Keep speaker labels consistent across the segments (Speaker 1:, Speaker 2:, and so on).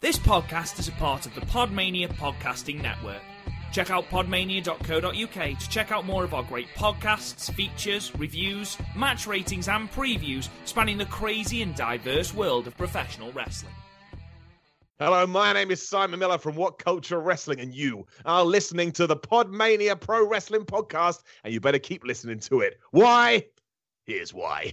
Speaker 1: This podcast is a part of the Podmania Podcasting Network. Check out podmania.co.uk to check out more of our great podcasts, features, reviews, match ratings, and previews spanning the crazy and diverse world of professional wrestling.
Speaker 2: Hello, my name is Simon Miller from What Culture Wrestling, and you are listening to the Podmania Pro Wrestling Podcast, and you better keep listening to it. Why? Here's why.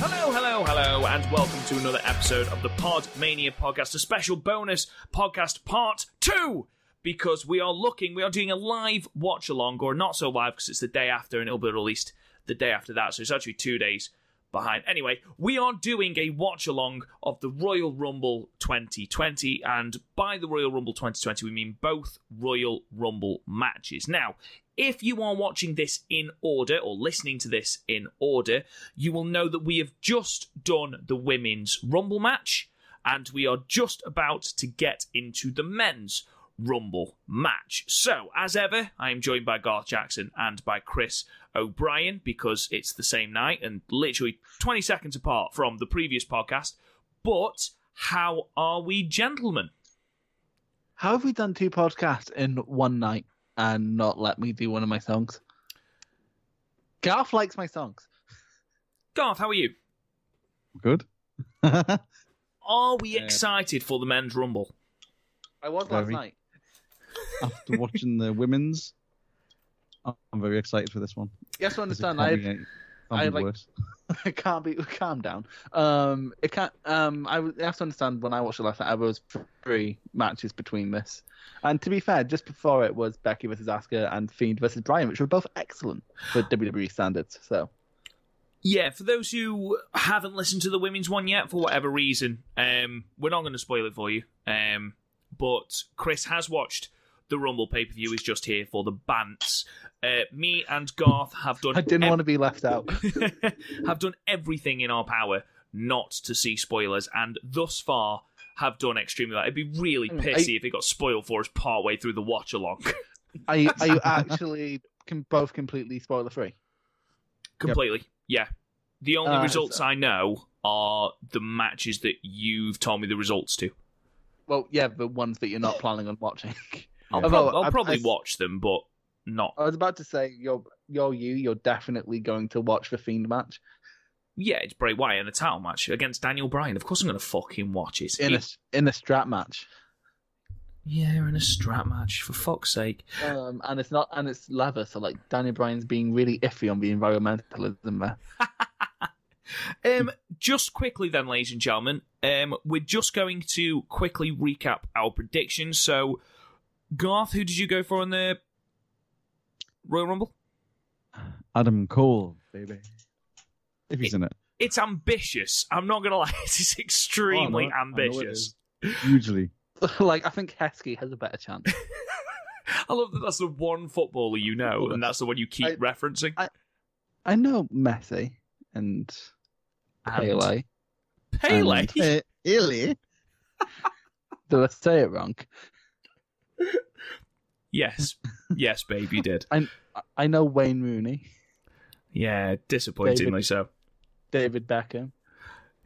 Speaker 1: Hello, hello, hello, and welcome to another episode of the Podmania Podcast, a special bonus podcast part two, because we are looking, we are doing a live watch along, or not so live, because it's the day after, and it'll be released the day after that, so it's actually two days behind. Anyway, we are doing a watch along of the Royal Rumble 2020, and by the Royal Rumble 2020, we mean both Royal Rumble matches. Now, if you are watching this in order or listening to this in order, you will know that we have just done the women's Rumble match and we are just about to get into the men's Rumble match. So, as ever, I am joined by Garth Jackson and by Chris O'Brien because it's the same night and literally 20 seconds apart from the previous podcast. But how are we, gentlemen?
Speaker 3: How have we done two podcasts in one night and not let me do one of my songs? Garth likes my songs.
Speaker 1: Garth, how are you?
Speaker 4: Good.
Speaker 1: Are we
Speaker 4: Uh,
Speaker 1: excited for the men's Rumble?
Speaker 3: I was
Speaker 4: last
Speaker 3: last
Speaker 4: Very.
Speaker 3: night.
Speaker 4: After watching the women's, I'm very excited for this one.
Speaker 3: You have to
Speaker 4: 'cause it
Speaker 3: understand.
Speaker 4: can't
Speaker 3: I
Speaker 4: be any-
Speaker 3: I
Speaker 4: can't be
Speaker 3: like-
Speaker 4: worse.
Speaker 3: it can't be calm down. Um, it can't. Um, I w- you have to understand when I watched it last night, I was three matches between this, and to be fair, just before it was Becky versus Asuka and Fiend versus Bryan, which were both excellent for WWE standards. So
Speaker 1: Yeah, for those who haven't listened to the women's one yet, for whatever reason, um, we're not going to spoil it for you. Um, but Chris has watched the Rumble pay per view. Is just here for the bants. Uh, me and Garth have done.
Speaker 3: I didn't
Speaker 1: ev-
Speaker 3: want to be left out.
Speaker 1: have done everything in our power not to see spoilers, and thus far have done extremely. well. It'd be really
Speaker 3: Mm, I-
Speaker 1: pissy if it got spoiled for us part way through the watch along.
Speaker 3: Are, are you actually com- both completely spoiler free?
Speaker 1: Completely. Yeah. The only
Speaker 3: Uh,
Speaker 1: results I know are the matches that you've told me the results to.
Speaker 3: Well, yeah, the ones that you're not planning on watching.
Speaker 1: I'll,
Speaker 3: Although,
Speaker 1: prob- I'll
Speaker 3: Oh, I-
Speaker 1: probably
Speaker 3: I-
Speaker 1: watch them, but not.
Speaker 3: I was about to say you're you're you. You're definitely going to watch the Fiend match
Speaker 1: Yeah, it's Bray Wyatt in a title match against Daniel Bryan. Of course, I'm going to fucking watch it.
Speaker 3: in a
Speaker 1: It-
Speaker 3: in a strap match,
Speaker 1: yeah, in a strap match for fuck's sake.
Speaker 3: um, and it's not and it's leather. So like Daniel Bryan's being really iffy on the environmentalism there.
Speaker 1: Um, just quickly then, ladies and gentlemen, um, we're just going to quickly recap our predictions. So, Garth, who did you go for in the Royal Rumble?
Speaker 4: Adam Cole, baby. If he's in it.
Speaker 1: It's ambitious. I'm not going to lie, it is extremely
Speaker 4: Oh, I know- I know it
Speaker 1: ambitious.
Speaker 4: is. Hugely.
Speaker 3: like I think Heskey has a better chance.
Speaker 1: I love that that's the one footballer you know, and that's the one you keep
Speaker 3: I-
Speaker 1: referencing.
Speaker 3: I know Messi and
Speaker 1: And
Speaker 3: Pele.
Speaker 1: Pele.
Speaker 4: And- Eh, Illy?
Speaker 3: Did I say it wrong?
Speaker 1: Yes, yes, babe, you did.
Speaker 3: I- I know Wayne Rooney,
Speaker 1: Yeah, disappointingly so.
Speaker 3: David Beckham.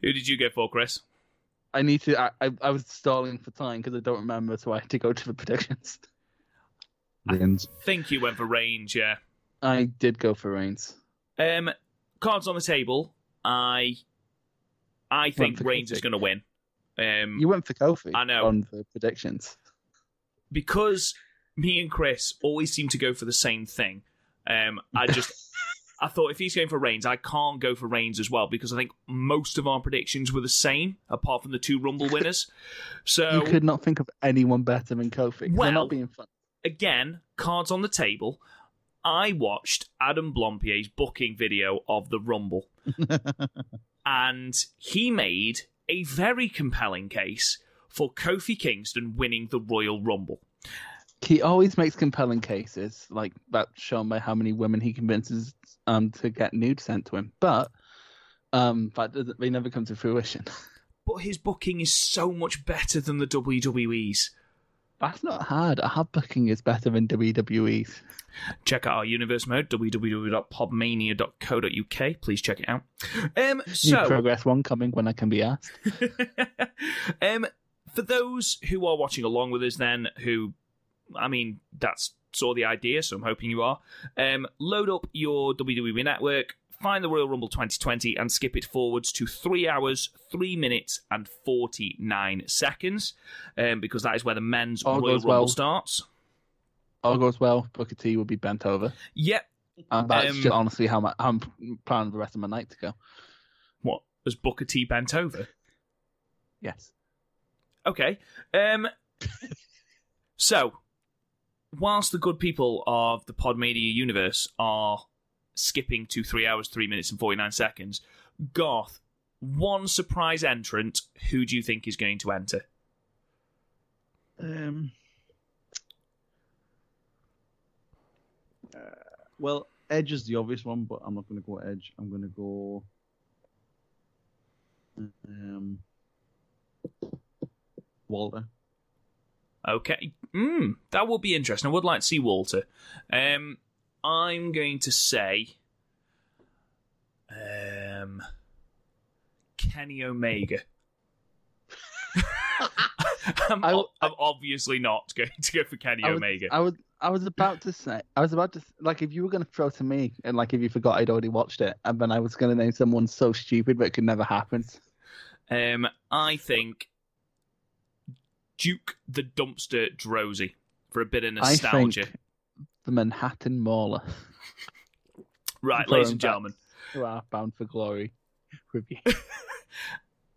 Speaker 1: Who did you go for, Chris?
Speaker 3: I need to. I, I, I was stalling for time because I don't remember, so I had to go to the predictions.
Speaker 4: Reigns.
Speaker 1: Think you went for range, yeah.
Speaker 3: I did go for Reigns.
Speaker 1: Um, cards on the table. I, I think
Speaker 3: for
Speaker 1: Reigns is
Speaker 3: Kofi.
Speaker 1: going to win. Um,
Speaker 3: You went for Kofi.
Speaker 1: I know.
Speaker 3: On the predictions.
Speaker 1: because me and Chris always seem to go for the same thing. Um, I just. I thought if he's going for Reigns, I can't go for Reigns as well because I think most of our predictions were the same, apart from the two Rumble winners. So
Speaker 3: You could not think of anyone better than Kofi. Well,
Speaker 1: Well-
Speaker 3: not being fun.
Speaker 1: again, cards on the table. I watched Adam Blompier's booking video of the Rumble, and he made a very compelling case for Kofi Kingston winning the Royal Rumble.
Speaker 3: He always makes compelling cases, like that shown by how many women he convinces um to get nude sent to him. But um that doesn't they never come to fruition.
Speaker 1: But his booking is so much better than the WWE's.
Speaker 3: That's not hard. Our booking is better than E. WWE's.
Speaker 1: Check out our universe mode, www.podmania.co.uk. Please check it out. Um,
Speaker 3: New
Speaker 1: so,
Speaker 3: progress one coming when I can be asked.
Speaker 1: um, for those who are watching along with us, then who, I mean, that's sort of the idea. So I'm hoping you are. Um, load up your WWE network, find the Royal Rumble 2020, and skip it forwards to three hours, three minutes, and 49 seconds, um, because that is where the men's
Speaker 3: All
Speaker 1: Royal
Speaker 3: goes
Speaker 1: Rumble
Speaker 3: well.
Speaker 1: starts.
Speaker 3: All goes well. Booker T will be bent over,
Speaker 1: Yep.
Speaker 3: and that's
Speaker 1: Um,
Speaker 3: just honestly how, my, how I'm planning the rest of my night to go.
Speaker 1: What? Has Booker T bent over?
Speaker 3: Yes.
Speaker 1: Okay. Um. so, whilst the good people of the Pod Media universe are skipping to three hours, three minutes, and forty nine seconds, Garth, one surprise entrant. Who do you think is going to enter?
Speaker 4: Um, uh, well, Edge is the obvious one, but I'm not going to go Edge. I'm going to go. Um, Walter.
Speaker 1: Okay. Mm, that will be interesting. I would like to see Walter. Um, I'm going to say, um, Kenny Omega. I'm,
Speaker 3: I-
Speaker 1: o- I'm obviously not going to go for Kenny
Speaker 3: I would-
Speaker 1: Omega.
Speaker 3: I was I was about to say I was about to like if you were gonna throw to me and like if you forgot I'd already watched it and then I was gonna name someone so stupid but it could never happen.
Speaker 1: Um, I think Duke the Dumpster Drosy for a bit of nostalgia.
Speaker 3: I think the Manhattan Mauler.
Speaker 1: right,
Speaker 3: Throwing
Speaker 1: ladies and
Speaker 3: back
Speaker 1: gentlemen.
Speaker 3: Who are bound for glory review.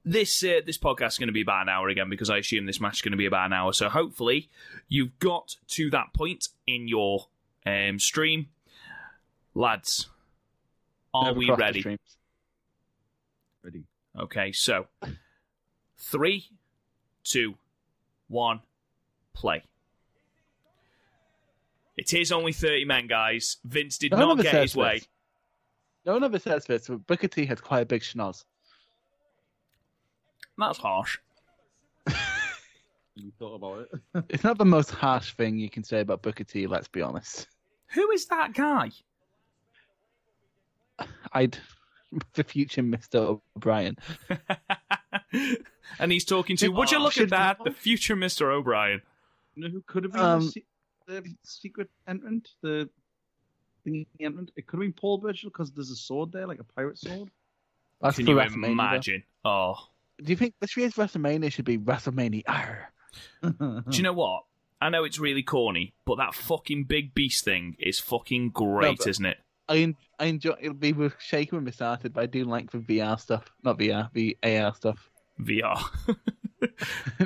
Speaker 1: this uh, this podcast is going to be about an hour again because I assume this match is going to be about an hour. So hopefully you've got to that point in your um, stream, lads. Are
Speaker 3: Never
Speaker 1: we
Speaker 3: crossed the
Speaker 1: ready?
Speaker 3: streams.
Speaker 4: Ready.
Speaker 1: Okay, so three, two, one, play. It is only thirty men, guys. Vince did
Speaker 3: No one
Speaker 1: not
Speaker 3: ever
Speaker 1: get
Speaker 3: says
Speaker 1: his way.
Speaker 3: this. No one ever says this, but Booker T had quite a big schnoz.
Speaker 1: That's harsh.
Speaker 4: You thought about it.
Speaker 3: It's not the most harsh thing you can say about Booker T, let's be honest.
Speaker 1: Who is that guy?
Speaker 3: I'd the future Mr. O'Brien.
Speaker 1: and he's talking to.
Speaker 4: Who-
Speaker 1: Would you
Speaker 4: oh,
Speaker 1: look at
Speaker 4: shit,
Speaker 1: that?
Speaker 4: come
Speaker 1: The
Speaker 4: on.
Speaker 1: future Mr. O'Brien.
Speaker 4: You know who could have been
Speaker 3: Um,
Speaker 4: the, se- the secret entrant? The thingy entrant? It could have been Paul Burchill because there's a sword there, like a pirate sword.
Speaker 3: That's
Speaker 1: Can
Speaker 3: for
Speaker 1: you
Speaker 3: WrestleMania, though.
Speaker 1: imagine? Oh,
Speaker 3: Do you think this year's WrestleMania should be WrestleMania? Arr.
Speaker 1: do you know what? I know it's really corny, but that fucking big beast thing is fucking great,
Speaker 3: but-
Speaker 1: isn't it?
Speaker 3: I, en- I enjoy. It'll be with shaken when we started, but I do like the VR stuff, not VR, the AR stuff.
Speaker 1: VR.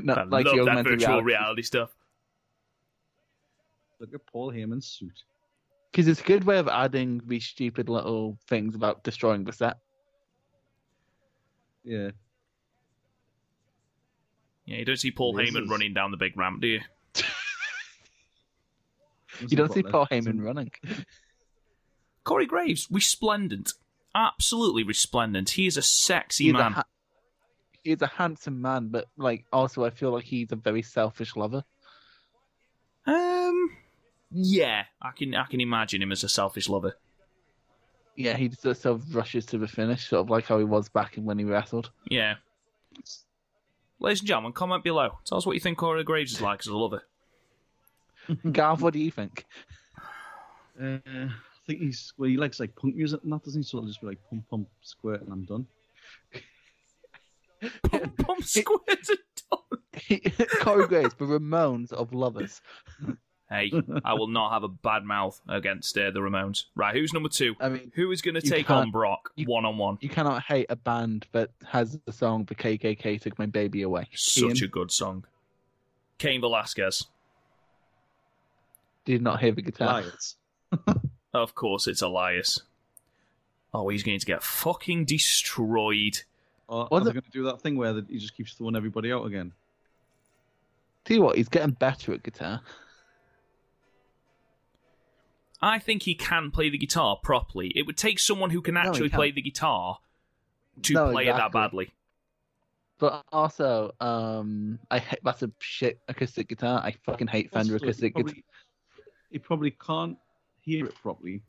Speaker 3: not
Speaker 1: I
Speaker 3: like the
Speaker 1: love that
Speaker 3: augmented
Speaker 1: virtual
Speaker 3: reality.
Speaker 1: reality stuff.
Speaker 4: Look at Paul Heyman's suit.
Speaker 3: Because it's a good way of adding these stupid little things about destroying the set.
Speaker 4: Yeah.
Speaker 1: Yeah, you don't see Paul
Speaker 4: This
Speaker 1: Heyman
Speaker 4: is-
Speaker 1: running down the big ramp, do you?
Speaker 3: You don't see
Speaker 4: Butler.
Speaker 3: Paul Heyman running.
Speaker 1: Corey Graves, resplendent, absolutely resplendent. He is a sexy
Speaker 3: He's a,
Speaker 1: man.
Speaker 3: ha- he's a handsome man, but like also I feel like he's a very selfish lover.
Speaker 1: um, yeah, I can I can imagine him as a selfish lover.
Speaker 3: Yeah, he just sort of rushes to the finish, sort of like how he was back in when he wrestled.
Speaker 1: Yeah. Ladies and gentlemen, comment below. Tell us what you think Corey Graves is like as a lover.
Speaker 3: Garth, what do you think?
Speaker 4: Uh, I think he's well. He likes like punk music and that, doesn't he? So it'll just be like pump, pump, squirt, and I'm done.
Speaker 1: Pom pom squirt a dog.
Speaker 3: Corey Graves, the Ramones of lovers.
Speaker 1: Hey, I will not have a bad mouth against uh, the Ramones. Right, who's number two?
Speaker 3: I mean,
Speaker 1: Who is going to
Speaker 3: You
Speaker 1: take
Speaker 3: can't-
Speaker 1: on Brock
Speaker 3: you-
Speaker 1: one on one?
Speaker 3: you cannot hate a band that has the song "The KKK Took My Baby Away."
Speaker 1: Such
Speaker 3: Ian,
Speaker 1: a good song. Cain Velasquez.
Speaker 3: did not hear the guitar.
Speaker 4: Liars.
Speaker 1: Of course, it's Elias. Oh, he's going to get fucking destroyed.
Speaker 4: Or
Speaker 3: Was
Speaker 4: are they
Speaker 3: it-
Speaker 4: going to do that thing where that he just keeps throwing everybody out again?
Speaker 3: Tell you what, he's getting better at guitar.
Speaker 1: I think he can play the guitar properly. It would take someone who can
Speaker 3: he
Speaker 1: actually
Speaker 3: can't.
Speaker 1: play the guitar to
Speaker 3: No,
Speaker 1: play it that
Speaker 3: exactly.
Speaker 1: badly.
Speaker 3: But also, um, I hate that's a shit acoustic guitar. I fucking hate Fender
Speaker 4: Also,
Speaker 3: acoustic
Speaker 4: He
Speaker 3: guitar.
Speaker 4: probably, he probably can't hear it properly,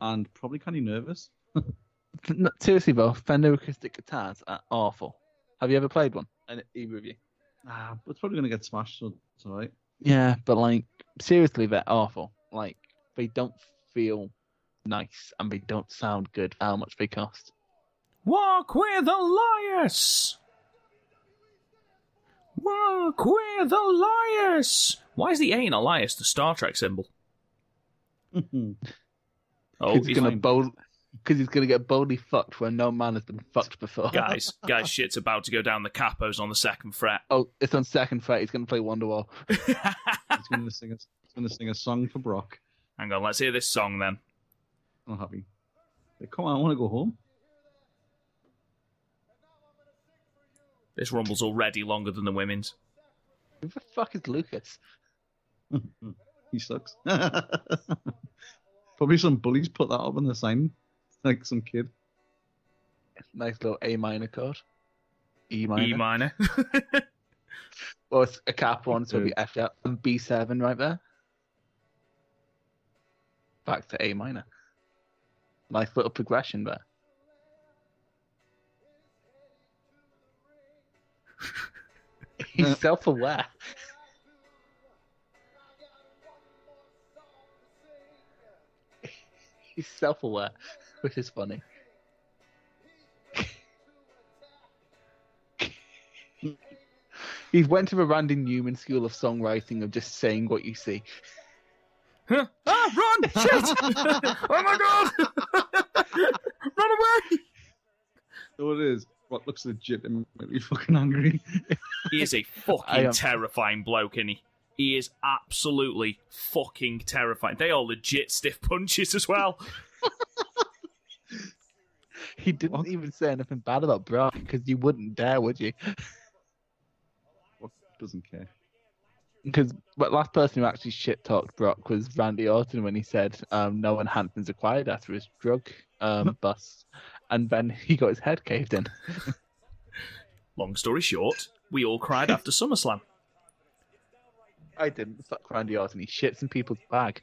Speaker 4: and probably kind of nervous.
Speaker 3: No, seriously, though, Fender acoustic guitars are awful. Have you ever played one? And either of you?
Speaker 4: Ah, but it's probably going to get smashed. So it's all right.
Speaker 3: Yeah, but like seriously, they're awful. Like they don't feel nice and they don't sound good. for How much they cost?
Speaker 1: Walk with Elias! Walk with Elias! Why is the A in Elias the Star Trek symbol? Oh,
Speaker 3: he's
Speaker 1: he's-
Speaker 3: gonna
Speaker 4: fine.
Speaker 3: bold because he's gonna get boldly fucked where no man has been fucked before.
Speaker 1: guys, guys, shit's about to go down the capos on the second fret.
Speaker 3: Oh, it's on second fret. He's gonna play Wonderwall.
Speaker 4: He's going to sing a, he's going to sing a song for Brock.
Speaker 1: Hang on, let's hear this song then.
Speaker 4: I'm happy. But come on, I want to go home.
Speaker 1: This rumble's already longer than the women's.
Speaker 3: Who the fuck is Lucas?
Speaker 4: he sucks. probably some bullies put that up on the sign, like some kid.
Speaker 3: Nice little A minor chord. E minor.
Speaker 1: E minor.
Speaker 3: Well, it's a cap one, so it'll be F sharp and B seven right there. Back to A minor. Nice little progression there. He's self-aware. He's self-aware, which is funny. He went to the Randy Newman School of Songwriting of just saying what you see.
Speaker 1: Huh? ah, run! Shit! oh my god! run away!
Speaker 4: So it is. Brock looks legitimately fucking angry.
Speaker 1: He is a
Speaker 3: I
Speaker 1: fucking
Speaker 3: am-
Speaker 1: terrifying bloke, isn't he? He is absolutely fucking terrifying. They are legit stiff punches as well.
Speaker 3: He didn't even say anything bad about Brock because you wouldn't dare, would you?
Speaker 4: Brock doesn't care.
Speaker 3: Because the last person who actually shit talked Brock was Randy Orton when he said um, no enhancements acquired after his drug um, bust, and then he got his head caved in.
Speaker 1: Long story short, we all cried after SummerSlam.
Speaker 3: I didn't. Fuck Randy Orton. He shits in people's bag.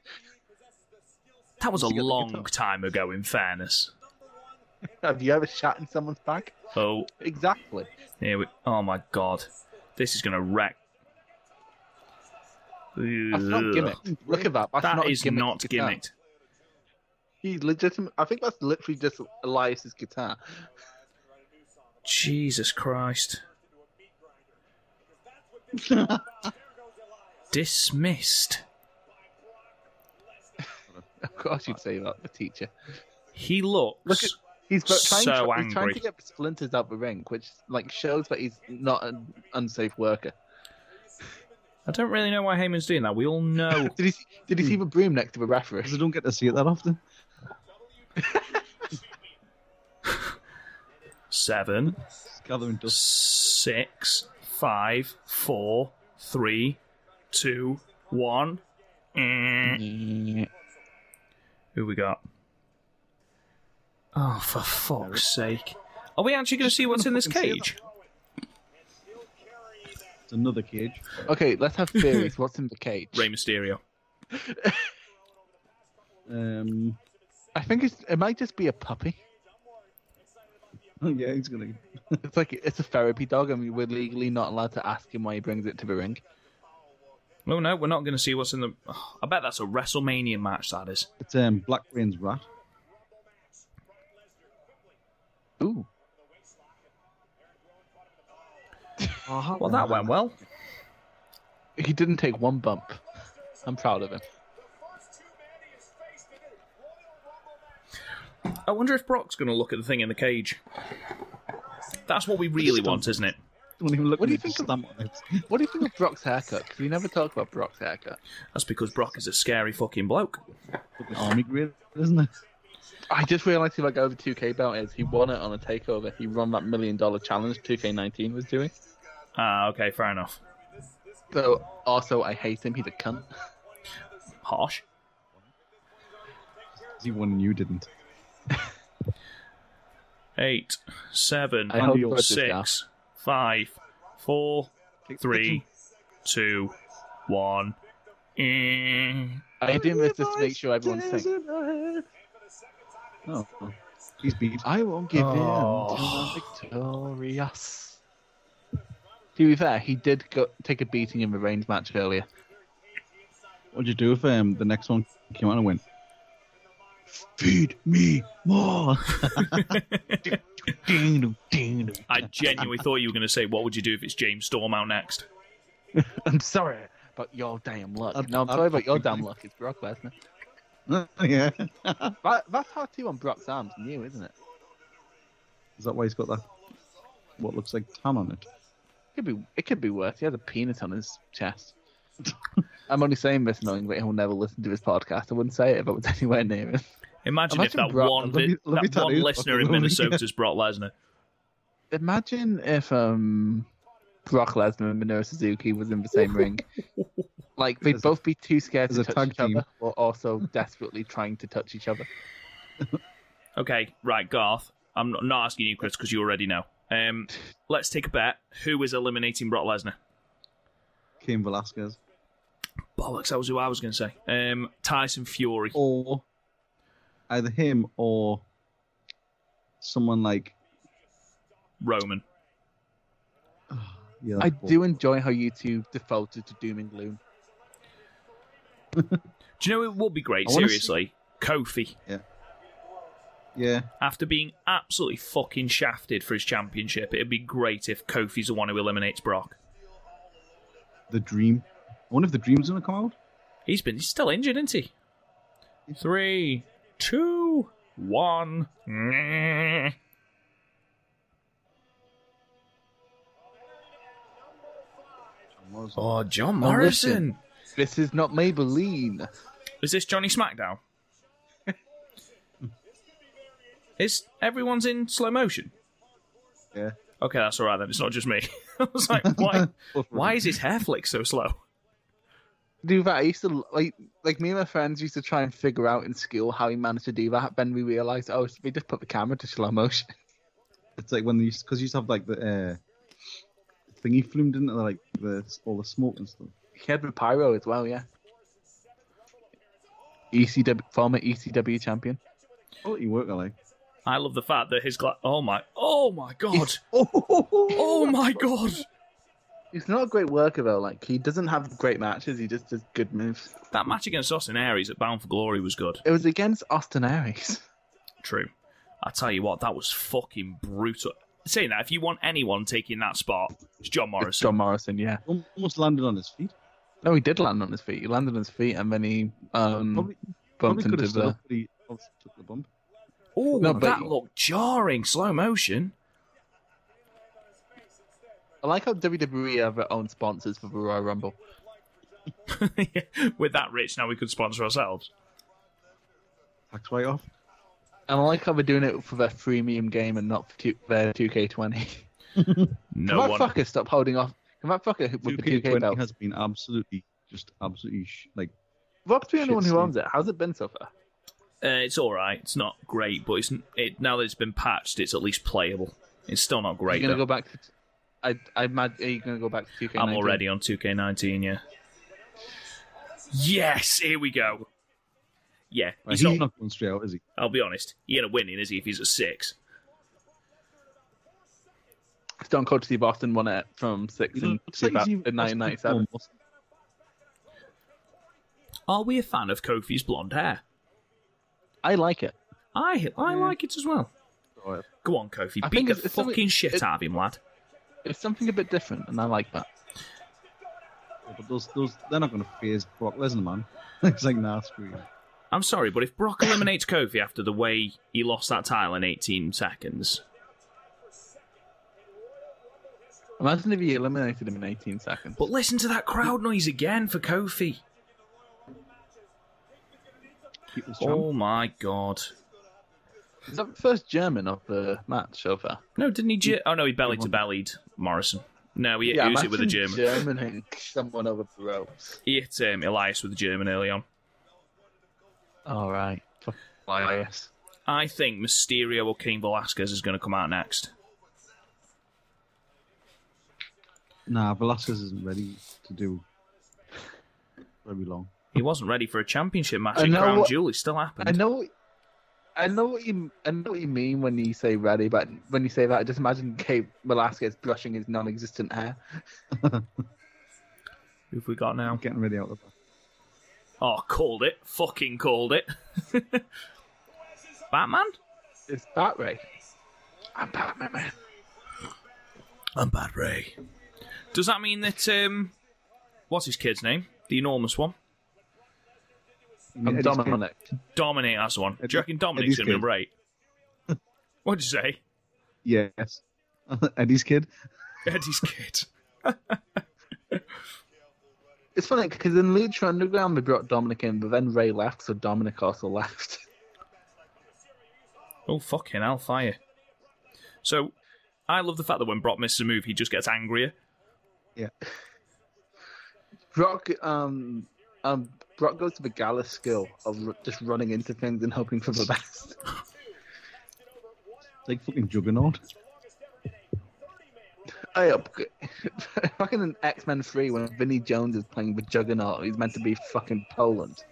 Speaker 1: That was a
Speaker 3: Did you get the
Speaker 1: long
Speaker 3: guitar?
Speaker 1: time ago, in fairness.
Speaker 3: Have you ever shat in someone's bag?
Speaker 1: Oh,
Speaker 3: Exactly.
Speaker 1: here we. Oh my god, this is gonna wreck.
Speaker 3: That's not gimmick. Look at that. That's
Speaker 1: That
Speaker 3: not
Speaker 1: is
Speaker 3: a gimmick
Speaker 1: not
Speaker 3: guitar.
Speaker 1: gimmicked.
Speaker 3: He legitimate. I think that's literally just Elias's guitar.
Speaker 1: Jesus Christ. Dismissed.
Speaker 3: Of course, you'd say that. The teacher.
Speaker 1: He looks.
Speaker 3: Look at- He's bu- trying,
Speaker 1: So
Speaker 3: to, he's trying
Speaker 1: angry.
Speaker 3: to get splinters out the ring, which like shows that he's not an unsafe worker.
Speaker 1: I don't really know why Heyman's doing that. We all know.
Speaker 3: Did he? see- Did
Speaker 1: Hmm.
Speaker 3: he see the broom next to the referee?
Speaker 4: Because I don't get to see it that often.
Speaker 1: Seven,
Speaker 4: It's gathering dust.
Speaker 1: six, five, four, three, two, one. Mm. Who we got? Oh, for fuck's sake. Are we actually going to see what's in this
Speaker 4: fucking see
Speaker 1: cage?
Speaker 4: It's another cage.
Speaker 3: Okay, let's have theories. What's in the cage?
Speaker 1: Rey Mysterio.
Speaker 4: Um,
Speaker 3: I think it's, it might just be a puppy.
Speaker 4: yeah, he's gonna.
Speaker 3: It's like it's a therapy dog, and we're legally not allowed to ask him why he brings it to the ring.
Speaker 1: No, no, we're not going to see what's in the. Oh, I bet that's a WrestleMania match, that is.
Speaker 4: It's um, Black Rain's rat.
Speaker 3: Ooh,
Speaker 1: Well, that went well.
Speaker 3: he didn't take one bump. I'm proud of him.
Speaker 1: I wonder if Brock's going to look at the thing in the cage. That's what we really want, isn't it?
Speaker 4: Don't even look
Speaker 3: What do you
Speaker 4: at me,
Speaker 3: think of-
Speaker 4: stamp on it.
Speaker 3: What do you think of Brock's haircut? Because we never talk about Brock's haircut.
Speaker 1: That's because Brock is a scary fucking bloke.
Speaker 4: Fucking army grade, isn't it?
Speaker 3: I just realised if I go over 2K belt is he won it on a takeover. He won that million dollar challenge 2K19 was doing.
Speaker 1: Ah, okay, fair enough.
Speaker 3: So also I hate him. He's a cunt.
Speaker 1: Harsh.
Speaker 4: 'Cause He won and you didn't.
Speaker 1: Eight, seven,
Speaker 3: I hope
Speaker 1: six,
Speaker 3: you like this guy.
Speaker 1: five, four,
Speaker 4: Take the
Speaker 1: three, two, one. Eh.
Speaker 3: I do this just to make
Speaker 4: Everybody's
Speaker 3: sure everyone's
Speaker 4: days
Speaker 3: safe.
Speaker 4: in my head. Oh, he's beat.
Speaker 3: I won't give
Speaker 1: Oh.
Speaker 3: in till I'm victorious. To be fair, he did go, take a beating in the Reigns match earlier.
Speaker 4: What'd you do if um, the next one came out and went, Feed me more? ding, ding, ding, ding.
Speaker 1: I genuinely thought you were going to say, "What would you do if it's James Storm out next?"
Speaker 3: I'm sorry about your damn luck.
Speaker 4: I'd-
Speaker 3: no, I'm
Speaker 4: I'd
Speaker 3: sorry about your
Speaker 4: fucking-
Speaker 3: damn luck. It's Brock Lesnar.
Speaker 4: yeah.
Speaker 3: That, that's hard too on Brock's arms, new, isn't it?
Speaker 4: Is that why he's got that, what looks like tan on it?
Speaker 3: Could be, it could be worse. He has a penis on his chest. I'm only saying this knowing that he'll never listen to his podcast. I wouldn't say it if I was anywhere near him.
Speaker 1: Imagine, if
Speaker 4: Imagine
Speaker 1: that
Speaker 4: Brock-
Speaker 1: one
Speaker 4: let me-
Speaker 1: that
Speaker 4: let me tell
Speaker 1: one
Speaker 4: you,
Speaker 1: listener in
Speaker 4: fucking let me-
Speaker 1: Minnesota's Brock Lesnar.
Speaker 3: Imagine if um, Brock Lesnar and Minoru Suzuki was in the same ring. Like they'd
Speaker 4: As a-
Speaker 3: both be too scared
Speaker 4: as
Speaker 3: to
Speaker 4: a
Speaker 3: touch
Speaker 4: tag
Speaker 3: each
Speaker 4: team.
Speaker 3: other, or also desperately trying to touch each other.
Speaker 1: Okay, right, Garth. I'm not, not asking you, Chris, because you already know. Um, let's take a bet. Who is eliminating Brock Lesnar?
Speaker 4: Cain Velasquez.
Speaker 1: Bollocks, that was who I was going to say. Um, Tyson Fury.
Speaker 4: Or either him or someone like.
Speaker 1: Roman.
Speaker 4: Yeah,
Speaker 3: I
Speaker 4: that's
Speaker 3: do enjoy how you two defaulted to doom and gloom.
Speaker 1: Do you know it would be great,
Speaker 4: I wanna
Speaker 1: seriously? Kofi.
Speaker 4: bull- Yeah.
Speaker 1: After being absolutely fucking shafted for his championship, it'd be great if Kofi's the one who eliminates Brock.
Speaker 4: The Dream. I wonder if the Dream's going to come out.
Speaker 1: He's been he's still injured, isn't he? Three, two, one. Nyeh. Oh, John Morrison.
Speaker 3: This is not Maybelline.
Speaker 1: Is this Johnny SmackDown? Is everyone's in slow motion?
Speaker 4: Yeah.
Speaker 1: Okay, that's all right then. It's not just me. I was like, why? why is his hair flick so slow?
Speaker 3: Do that. I used to like, like me and my friends used to try and figure out in school how he managed to do that. Then we realized, oh, we just put the camera to slow motion.
Speaker 4: It's like when they used because you used to have like the uh, thingy flumed into like the all the smoke and stuff.
Speaker 3: He had the pyro as well, yeah. ECW former ECW champion.
Speaker 4: Quality worker, like.
Speaker 1: I love the fact that his gla- oh my oh my god
Speaker 4: Oh,
Speaker 1: oh my god
Speaker 3: He's not a great worker though. Like he doesn't have great matches. He just does good moves.
Speaker 1: that match against Austin Aries at Bound for Glory was good.
Speaker 3: It was against Austin Aries.
Speaker 1: True. I tell you what, that was fucking brutal. Saying that, if you want anyone taking that spot, it's John
Speaker 3: It's
Speaker 1: Morrison.
Speaker 3: John Morrison, yeah.
Speaker 4: almost landed on his feet.
Speaker 3: No, he did land on his feet. He landed on his feet and then he um
Speaker 4: Probably,
Speaker 3: bumped
Speaker 4: probably could
Speaker 3: into
Speaker 4: have stood
Speaker 3: the.
Speaker 4: up, but he obviously took the bump.
Speaker 1: Oh,
Speaker 3: No, but-
Speaker 1: that looked jarring, slow motion.
Speaker 3: I like how WWE have their own sponsors for the Royal Rumble.
Speaker 1: With that rich, now we could sponsor ourselves.
Speaker 4: Tax write off.
Speaker 3: And I like how they're doing it for their freemium game and not for two, their 2K20.
Speaker 1: No
Speaker 3: Can that
Speaker 1: one.
Speaker 3: fucker stop holding off? Can that fucker who- with the 2K
Speaker 4: 2K20
Speaker 3: belt?
Speaker 4: has been absolutely, just absolutely sh- like
Speaker 3: Rob's the only
Speaker 4: Shit,
Speaker 3: one who
Speaker 4: Steve.
Speaker 3: owns it. How's it been so far?
Speaker 1: Uh, it's all right. It's not great, but it's it, now that it's been patched, it's at least playable. It's still not
Speaker 3: Are you
Speaker 1: great.
Speaker 3: gonna
Speaker 1: though.
Speaker 3: go back to? I I mad. Are you gonna go back to 2K?
Speaker 1: I'm already on 2K19. Yeah. Yes. Here we go. Yeah.
Speaker 4: Right,
Speaker 1: He's
Speaker 4: he's
Speaker 1: not,
Speaker 4: not going straight out, is he?
Speaker 1: I'll be honest. He ain't winning, is he? If he's at six.
Speaker 3: Stone Cold Steve Austin won it from six
Speaker 4: He
Speaker 3: in,
Speaker 4: looks like he's even-
Speaker 3: in 1997.
Speaker 4: almost-
Speaker 1: Are we a fan of Kofi's blonde hair?
Speaker 3: I like it.
Speaker 1: I I like it as well. Go on, Kofi.
Speaker 3: I
Speaker 1: beat
Speaker 3: think
Speaker 1: the
Speaker 3: it's- it's
Speaker 1: fucking
Speaker 3: something-
Speaker 1: shit
Speaker 3: it-
Speaker 1: out of him, lad.
Speaker 3: It's something a bit different, and I like that.
Speaker 4: Yeah, but those, those, they're not going to phase Brock Lesnar, man. it's like, nah, screw you.
Speaker 1: I'm sorry, but if Brock eliminates Kofi after the way he lost that title in 18 seconds,
Speaker 3: Imagine if he eliminated him in 18 seconds.
Speaker 1: But listen to that crowd noise again for Kofi.
Speaker 4: Keep this champ.
Speaker 1: Oh my god.
Speaker 3: Is that the first German of the match so far?
Speaker 1: No, didn't he? Ge- oh no, he belly to bellied Morrison. No, he, he was it with a
Speaker 3: imagine
Speaker 1: German.
Speaker 3: German hitting someone over the ropes.
Speaker 1: He hit um, Elias with a German early on.
Speaker 3: All right. Fuck Elias.
Speaker 1: I think Mysterio or King Velasquez is going to come out next.
Speaker 4: Nah, Velasquez isn't ready to do very long.
Speaker 1: He wasn't ready for a championship match
Speaker 3: I
Speaker 1: in
Speaker 3: know
Speaker 1: Crown
Speaker 3: what-
Speaker 1: Jewel. It still
Speaker 3: I
Speaker 1: happened.
Speaker 3: know. I know what you. I know what you mean when you say ready, but when you say that, I just imagine Kate Velasquez brushing his non-existent hair.
Speaker 1: Who have we got now?
Speaker 4: Getting ready out of the
Speaker 1: Oh, called it. Fucking called it. Batman?
Speaker 3: It's that right? I'm Batman. Man.
Speaker 1: I'm Bad Ray. Does that mean that, um, what's his kid's name? The enormous one?
Speaker 3: I'm
Speaker 4: Eddie's
Speaker 3: Dominic.
Speaker 1: Dominic, that's the one. Do
Speaker 4: Eddie-
Speaker 1: you reckon Dominic's
Speaker 4: Eddie's
Speaker 1: going to be number
Speaker 4: kid.
Speaker 1: eight? What'd you say?
Speaker 4: kid. Yes. Eddie's kid.
Speaker 1: Eddie's kid.
Speaker 3: It's funny because in Lucha Underground they brought Dominic in, but then Ray left, so Dominic also left.
Speaker 1: Oh, fucking hellfire. So, I love the fact that when Brock misses a move, he just gets angrier.
Speaker 3: Brock, um, um, Brock goes to the gala skill of r- just running into things and hoping for the best.
Speaker 4: Like fucking juggernaut.
Speaker 3: I up, fucking in X Men Three when Vinnie Jones is playing with Juggernaut, he's meant to be fucking Poland.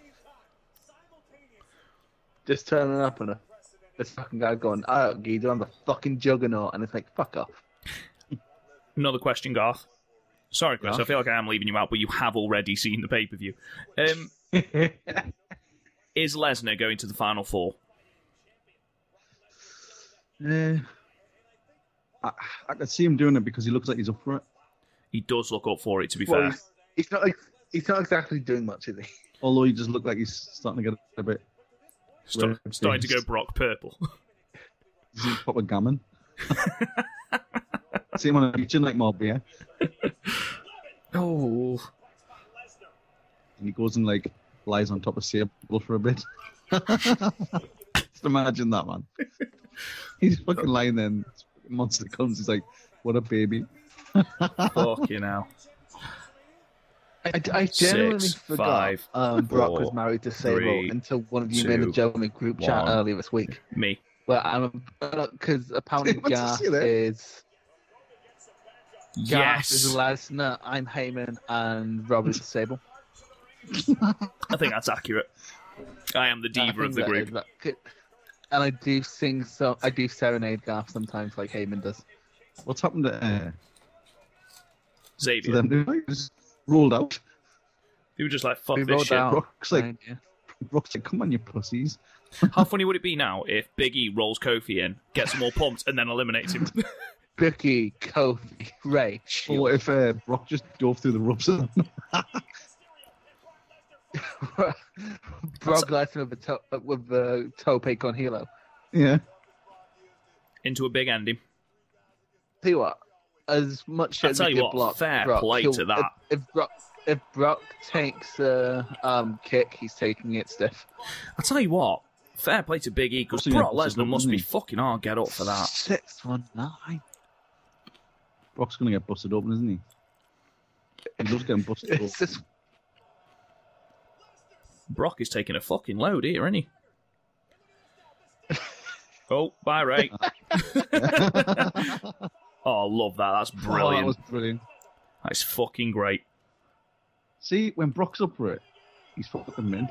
Speaker 3: Just turning up and a, this fucking guy going, "I up, Guido, I'm the fucking Juggernaut," and it's like, "Fuck off."
Speaker 1: Another question, Garth. Sorry, Chris, I feel like I am leaving you out, but you have already seen the pay per view. Um, is Lesnar going to the final four?
Speaker 4: Eh. I, I could see him doing it because he looks like he's up for it.
Speaker 1: He does look up for it, to be
Speaker 3: Well,
Speaker 1: fair.
Speaker 3: he's, he's not like he's not exactly doing much, is he?
Speaker 4: Although he just looked like he's starting to get a bit
Speaker 1: Start,
Speaker 4: Well,
Speaker 1: starting to go
Speaker 4: yes.
Speaker 1: Brock Purple.
Speaker 4: he's in proper gammon. see him on a beach in like more beer,
Speaker 1: oh.
Speaker 4: and he goes and like lies on top of Sable for a bit. just imagine that man. He's fucking lying there, and this fucking monster comes. He's like, "What a baby!"
Speaker 1: Fucking hell.
Speaker 3: I, I genuinely
Speaker 1: Six,
Speaker 3: forgot
Speaker 1: five,
Speaker 3: um, Brock
Speaker 1: four,
Speaker 3: was married to Sable
Speaker 1: three,
Speaker 3: until one of you made
Speaker 1: two,
Speaker 3: a joke in the group chat
Speaker 1: one.
Speaker 3: earlier this week.
Speaker 1: Me.
Speaker 3: Well, I'm because apparently
Speaker 4: What's he
Speaker 3: Garth
Speaker 4: say there?
Speaker 3: is Garth is
Speaker 1: Yes.
Speaker 3: Lesnar, I'm Heyman, and Rob is Sable.
Speaker 1: I think that's accurate. I am the
Speaker 3: I
Speaker 1: diva
Speaker 3: think
Speaker 1: of the
Speaker 3: that
Speaker 1: group.
Speaker 3: is that good. And I do sing so I do serenade Garth sometimes, like Heyman does.
Speaker 4: What's happened to, uh, to
Speaker 1: Xavier.
Speaker 4: them? They just rolled out.
Speaker 1: He was just like, fuck
Speaker 3: We
Speaker 1: this
Speaker 3: rolled
Speaker 1: shit.
Speaker 3: out.
Speaker 4: Brock's like,
Speaker 3: Right, yeah.
Speaker 4: Brock's like, "Come on, you pussies!"
Speaker 1: How funny would it be now if Big E rolls Kofi in, gets him all pumped, and then eliminates him?
Speaker 3: Bookie, Kofi, Ray, Shield,
Speaker 4: Or if uh, Brock just dove through the ropes and
Speaker 3: Brock Lesnar with the to- uh, with the tope con hilo.
Speaker 4: Yeah.
Speaker 1: Into a big ending.
Speaker 3: tell you what, as much
Speaker 1: I'll
Speaker 3: as
Speaker 1: tell
Speaker 3: we
Speaker 1: you
Speaker 3: did
Speaker 1: what,
Speaker 3: block,
Speaker 1: fair
Speaker 3: Brock,
Speaker 1: play
Speaker 3: he'll-
Speaker 1: to that.
Speaker 3: If, if Brock, if Brock takes a um, kick, he's taking it stiff.
Speaker 1: I'll tell you what, fair play to Big E, because
Speaker 4: Obviously,
Speaker 1: Brock
Speaker 4: yeah, it's a
Speaker 1: Lesnar must
Speaker 4: good
Speaker 1: be
Speaker 4: name.
Speaker 1: fucking hard get up for that.
Speaker 3: Six one nine.
Speaker 4: Brock's gonna get busted open, isn't he? He loves getting busted open.
Speaker 3: It's just
Speaker 1: Brock is taking a fucking load here, isn't he? oh, bye, Ray. oh, I love that. That's
Speaker 4: Oh,
Speaker 1: brilliant.
Speaker 4: that was brilliant.
Speaker 1: That's fucking great.
Speaker 4: See, when Brock's up for it, he's fucking mint.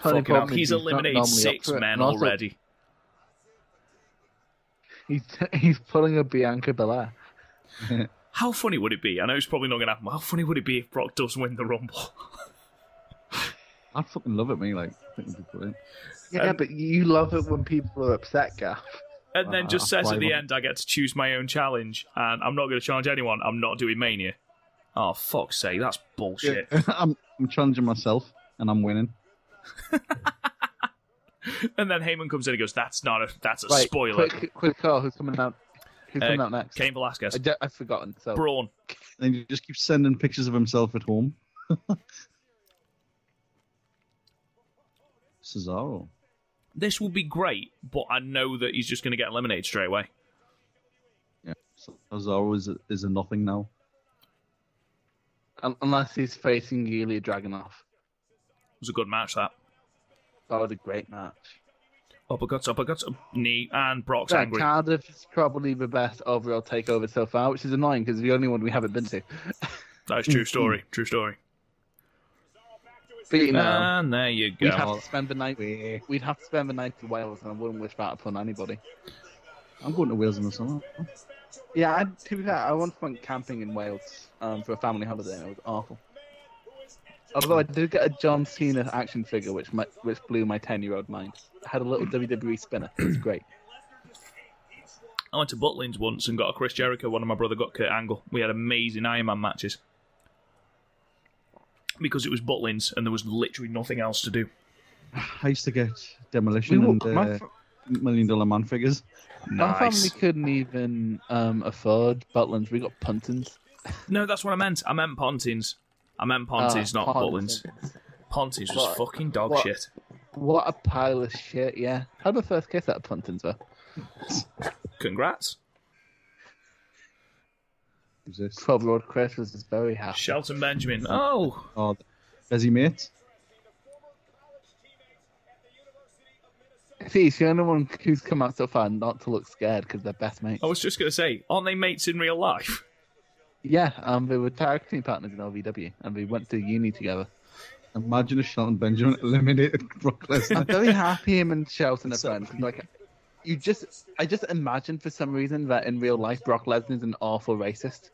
Speaker 3: Honey
Speaker 1: fucking hell.
Speaker 3: Bowman,
Speaker 1: He's
Speaker 3: not normally
Speaker 1: eliminated
Speaker 3: up
Speaker 1: six
Speaker 3: for it.
Speaker 1: men
Speaker 3: And also,
Speaker 1: already.
Speaker 3: He's he's pulling a Bianca Belair.
Speaker 1: How funny would it be? I know it's probably not going to happen. but How funny would it be if Brock does win the Rumble?
Speaker 4: I'd fucking love it, mate. Like, I think it'd be brilliant.
Speaker 3: Yeah,
Speaker 1: Um,
Speaker 3: but you love it when people are upset, Gaff.
Speaker 1: And then
Speaker 4: Uh,
Speaker 1: just says
Speaker 4: why
Speaker 1: at the
Speaker 4: not?
Speaker 1: end, I get to choose my own challenge, and I'm not going to challenge anyone. I'm not doing Mania. Oh, fuck's sake, that's bullshit.
Speaker 4: I'm, I'm challenging myself, and I'm winning.
Speaker 1: And then Heyman comes in and goes, "That's not a, that's a
Speaker 3: Right,
Speaker 1: spoiler."
Speaker 3: quick, quick call. Who's coming out? Who's
Speaker 1: Uh,
Speaker 3: coming out next?
Speaker 1: Cain Velasquez.
Speaker 3: I don't- I've forgotten. So
Speaker 1: Braun.
Speaker 4: And he just keeps sending pictures of himself at home. Cesaro.
Speaker 1: This will be great, but I know that he's just going to get eliminated straight away.
Speaker 4: Yeah. Cesaro is a, is a nothing now.
Speaker 3: un- unless he's facing Yulia Dragunov,
Speaker 1: It was a good match, that.
Speaker 3: that was a great match.
Speaker 1: Uppercuts, uppercuts, up- knee, and Brock's
Speaker 3: Yeah,
Speaker 1: angry.
Speaker 3: Cardiff is probably the best overall takeover so far, which is annoying because the only one we haven't been to.
Speaker 1: That is true story. True story.
Speaker 3: But you know,
Speaker 1: And there you
Speaker 3: we'd
Speaker 1: go.
Speaker 3: have to spend the night. We'd have to spend the night in Wales, and I wouldn't wish that upon anybody.
Speaker 4: I'm going to Wales in the summer.
Speaker 3: Yeah, I, to be fair, I once went camping in Wales um, for a family holiday, and it was awful. Although I did get a John Cena action figure, which my, which blew my ten-year-old mind. I had a little WWE spinner. It was great.
Speaker 1: I went to Butlins once and got a Chris Jericho. One of my brother got Kurt Angle. We had amazing Iron Man matches because it was Butlins and there was literally nothing else to do.
Speaker 4: I used to get demolition
Speaker 3: We
Speaker 4: and
Speaker 3: were- my
Speaker 4: uh,
Speaker 3: fr-
Speaker 4: million dollar man figures.
Speaker 3: My family
Speaker 1: Nice.
Speaker 3: couldn't even um, afford Butlins. We got Puntins.
Speaker 1: No, that's what I meant. I meant Pontins. I meant Pontins,
Speaker 3: Ah,
Speaker 1: not Butlins. Pontins was
Speaker 3: What?
Speaker 1: fucking dog
Speaker 3: What?
Speaker 1: shit.
Speaker 3: What a pile of shit, yeah. Had my first kiss at Puntins, though.
Speaker 1: Congrats.
Speaker 4: Who's this?
Speaker 3: 12 year old Chris was just very happy.
Speaker 1: Shelton Benjamin. Oh,
Speaker 4: Oh, busy mate.
Speaker 3: See, he's the only one who's come out so far not to look scared because they're best mates.
Speaker 1: I was just going to say, aren't they mates in real life?
Speaker 3: Yeah, um, they were tag team partners in LVW and we went to uni together.
Speaker 4: Imagine if Shelton Benjamin eliminated Brock
Speaker 3: I'm
Speaker 4: Lesnar.
Speaker 3: very happy him and Shelton are
Speaker 4: So-
Speaker 3: friends. 'cause, Like, you just, I just imagine for some reason that in real life Brock Lesnar's an awful racist.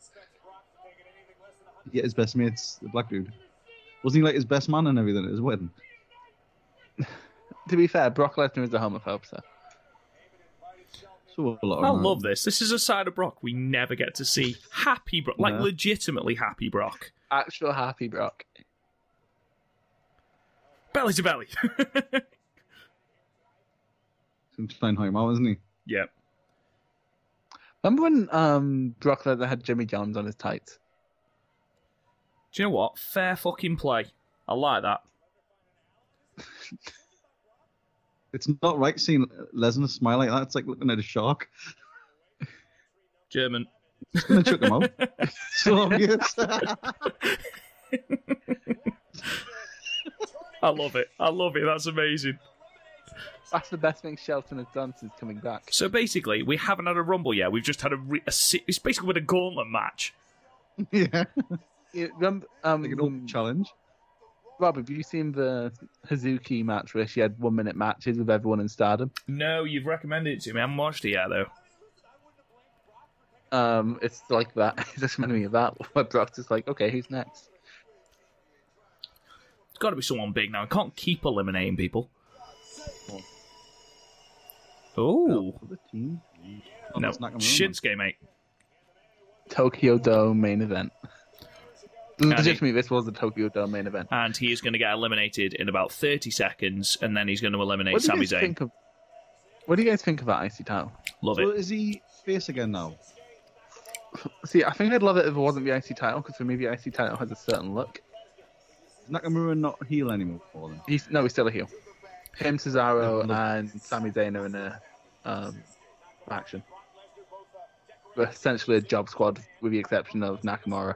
Speaker 4: yeah, his best mate's the black dude. Wasn't he like his best man and everything at his wedding?
Speaker 3: To be fair, Brock Lesnar is a homophobe, so.
Speaker 4: So a lot of
Speaker 1: I
Speaker 4: man.
Speaker 1: love this. This is a side of Brock we never get to see. Happy Brock, like
Speaker 4: No.
Speaker 1: legitimately happy Brock.
Speaker 3: Actual happy Brock.
Speaker 1: Belly to belly.
Speaker 4: Seems to find him out, isn't he?
Speaker 1: yeah.
Speaker 3: Remember when um, Brock Lesnar had Jimmy John's on his tights?
Speaker 1: Do you know what? Fair fucking play. I like that.
Speaker 4: It's not right seeing Lesnar smile like that. It's like looking at a shark.
Speaker 1: German.
Speaker 4: Just gonna chuck him out. so obvious.
Speaker 1: I love it. I love it. That's amazing.
Speaker 3: That's the best thing Shelton has done since coming back.
Speaker 1: So basically, we haven't had a rumble yet. We've just had a, re- a si- it's basically been a gauntlet match.
Speaker 4: yeah,
Speaker 3: You remember, um,
Speaker 4: like an open challenge.
Speaker 3: Rob, have you seen the Hazuki match where she had one minute matches with everyone in Stardom?
Speaker 1: No, you've recommended it to me. I haven't watched it yet though.
Speaker 3: Um, it's like that. It just reminded me of that. Where Brock's just like, okay, who's next?
Speaker 1: It's got to be someone big now. I can't keep eliminating people. Oh
Speaker 4: The team.
Speaker 1: no,
Speaker 4: It's not gonna
Speaker 1: Shinsuke, mate.
Speaker 3: Tokyo Dome main event. Legit
Speaker 1: Andy.
Speaker 3: to me, this was the Tokyo Dome main event.
Speaker 1: and he is going to get eliminated in about 30 seconds, and then he's going to eliminate
Speaker 3: What do you
Speaker 1: Sami
Speaker 3: guys
Speaker 1: Zayn.
Speaker 3: think of? What do you guys think of that icy title?
Speaker 1: Love
Speaker 4: So
Speaker 1: it.
Speaker 4: is he face again now?
Speaker 3: See, I think I'd love it if it wasn't the icy title because for me, the icy title has a certain look.
Speaker 4: Is Nakamura not heel anymore for them?
Speaker 3: He's no, he's still a heel. Him, Cesaro, and Sami Zayn are in a um, action. They're essentially a job squad, with the exception of Nakamura.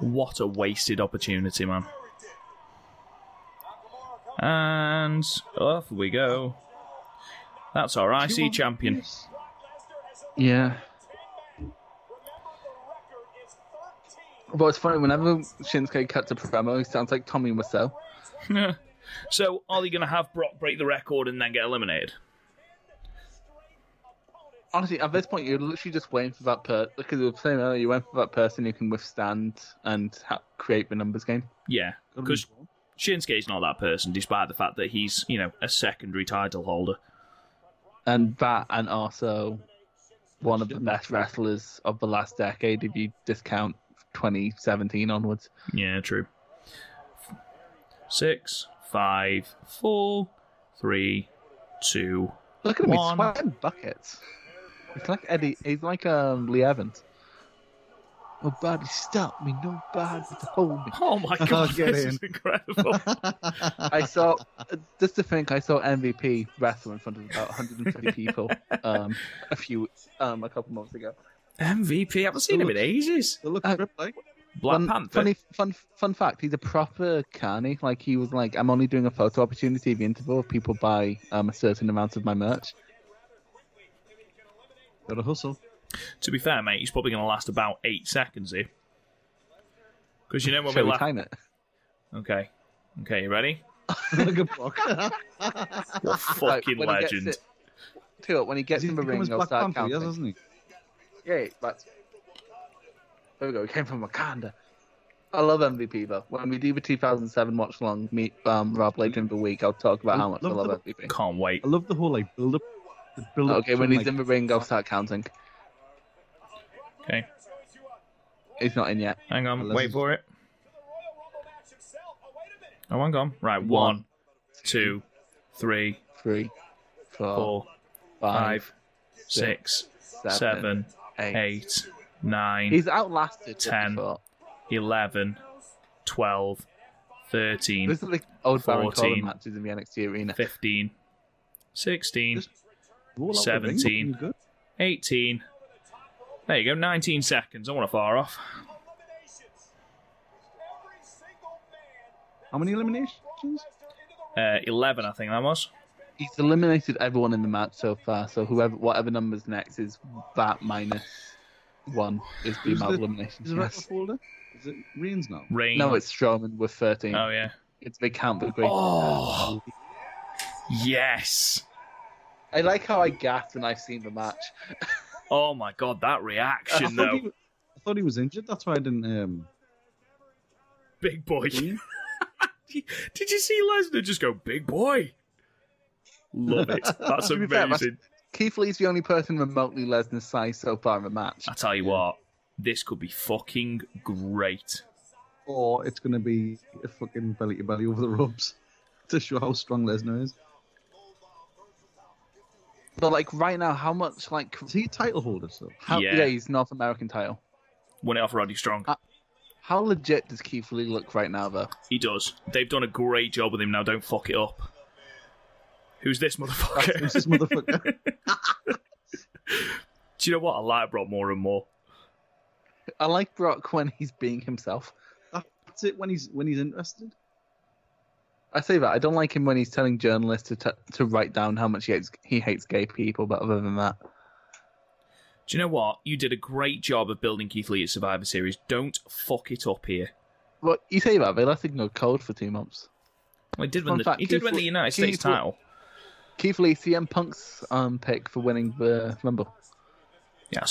Speaker 1: What a wasted opportunity, man. And off we go. That's our
Speaker 4: Who won
Speaker 1: IC
Speaker 4: the
Speaker 1: champion.
Speaker 4: race?
Speaker 3: Yeah. Well, it's funny. Whenever Shinsuke cuts a promo, he sounds like Tommy Wiseau.
Speaker 1: So, are they going to have Brock break the record and then get eliminated?
Speaker 3: Honestly, at this point, you're literally just waiting for that per because we were saying earlier, you're waiting for that person who can withstand and ha- create the numbers game.
Speaker 1: Yeah, because Shinsuke's not that person, despite the fact that he's, you know, a secondary title holder.
Speaker 3: and that and also one of the best wrestlers of the last decade if you discount 2017 onwards
Speaker 1: Yeah, true. six, five, four, three, two.
Speaker 3: Look at him, he's
Speaker 1: One.
Speaker 3: sweating buckets. He's like Eddie, he's like um, Lee Evans. Nobody stop me, nobody hold me.
Speaker 1: Oh my god,
Speaker 4: get
Speaker 1: this
Speaker 4: in.
Speaker 1: is incredible.
Speaker 3: I saw, just to think, I saw MVP wrestle in front of about 150 people um, a few, um, a couple months ago.
Speaker 1: MVP, I haven't seen him in ages.
Speaker 4: They look
Speaker 3: Uh,
Speaker 4: ripped, like.
Speaker 1: Black
Speaker 3: fun,
Speaker 1: Panther.
Speaker 3: Funny, fun, fun fact. He's a proper carny. Like he was like, I'm only doing a photo opportunity at the interval. If people buy um, a certain amount of my merch.
Speaker 4: Gotta hustle.
Speaker 1: To be fair, mate, he's probably going to last about eight seconds here. Because you know when
Speaker 3: Shall
Speaker 1: we
Speaker 3: we
Speaker 1: last.
Speaker 3: time it?
Speaker 1: Okay. Okay, you ready?
Speaker 4: Good block.
Speaker 1: What
Speaker 3: Like,
Speaker 1: fucking
Speaker 3: when he gets
Speaker 1: legend.
Speaker 3: it- Do it when he gets
Speaker 4: He's
Speaker 3: in the
Speaker 4: become
Speaker 3: ring.
Speaker 4: his
Speaker 3: He'll
Speaker 4: Black
Speaker 3: start
Speaker 4: Panther, he has,
Speaker 3: counting.
Speaker 4: hasn't he?
Speaker 3: Yeah, that's. There we go. We came from Wakanda. I love MVP though. When we do the 2007 watch along, meet um, Rob later in the week. I'll talk about how much I
Speaker 4: Love
Speaker 3: love
Speaker 4: the-
Speaker 3: MVP.
Speaker 1: Can't wait.
Speaker 4: I love the whole like build up. The build up
Speaker 3: Okay, when he's in the ring, I'll start counting.
Speaker 1: Okay,
Speaker 3: He's not in yet.
Speaker 1: hang on,
Speaker 4: Unless
Speaker 1: wait
Speaker 4: it's-
Speaker 1: for it. Oh, hang on. Right, one,
Speaker 3: One,
Speaker 1: two, three,
Speaker 3: Three, four,
Speaker 1: four,
Speaker 3: five,
Speaker 1: five, six,
Speaker 3: seven,
Speaker 1: seven,
Speaker 3: eight.
Speaker 1: eight, nine,
Speaker 3: He's outlasted.
Speaker 1: Ten.
Speaker 3: 54.
Speaker 1: eleven, twelve, thirteen,
Speaker 3: This is like old Baron Corbin
Speaker 1: 14.
Speaker 3: matches in the NXT arena.
Speaker 1: fifteen, sixteen,
Speaker 4: Just- Roll out the ring,
Speaker 1: 17.
Speaker 4: looking good.
Speaker 1: 18. There you go, 19 seconds. I want to far off.
Speaker 4: How many eliminations?
Speaker 1: Uh, 11, I think that was.
Speaker 3: He's eliminated everyone in the match so far. So whoever, whatever number's next is that minus one is the
Speaker 4: Who's
Speaker 3: amount of
Speaker 4: the-
Speaker 3: eliminations.
Speaker 4: Is it
Speaker 3: yes.
Speaker 4: record holder? Is it Reigns now?
Speaker 1: Rain.
Speaker 3: No, it's Strowman with 13.
Speaker 1: Oh, yeah.
Speaker 3: It's they can't be great.
Speaker 1: Oh! Yes!
Speaker 3: I like how I gasped when I've seen the match.
Speaker 1: Oh my god, that
Speaker 4: I
Speaker 1: reaction,
Speaker 4: thought,
Speaker 1: though.
Speaker 4: he, was- I thought he was injured. That's why I didn't. Um,
Speaker 1: Big boy. Did you see Lesnar just go, big boy? Love it. That's
Speaker 3: To be fair, that's-
Speaker 1: amazing.
Speaker 3: Keith Lee's the only person remotely Lesnar's size so far in the match.
Speaker 1: I tell you what, this could be fucking great.
Speaker 4: or it's going to be a fucking belly to belly over the ropes to show how strong Lesnar is.
Speaker 3: But like right now, how much like
Speaker 4: Is he a title holder still?
Speaker 3: how,
Speaker 1: Yeah.
Speaker 3: yeah. he's North American title.
Speaker 1: Win it off Roddy Strong.
Speaker 3: Uh, How legit does Keith Lee look right now though?
Speaker 1: He does. They've done a great job with him now. Don't fuck it up. Who's this motherfucker?
Speaker 4: Who's this motherfucker?
Speaker 1: Do you know what? I like Brock more and more.
Speaker 3: I like Brock when he's being himself.
Speaker 4: That's it when he's when he's interested.
Speaker 3: I say that I don't like him when he's telling journalists to t- to write down how much he hates he hates gay people. But other than that,
Speaker 1: Do you know what? You did a great job of building Keith Lee at Survivor Series. Don't fuck it up here.
Speaker 3: well, you say that they let him go cold for two months.
Speaker 1: Well, he did win
Speaker 3: Fun
Speaker 1: the,
Speaker 3: fact,
Speaker 1: he did
Speaker 3: Keith
Speaker 1: win the
Speaker 3: Lee-
Speaker 1: United
Speaker 3: Keith
Speaker 1: States
Speaker 3: Lee-
Speaker 1: title.
Speaker 3: Keith Lee, CM Punk's um pick for winning the Rumble.
Speaker 1: Yeah, that's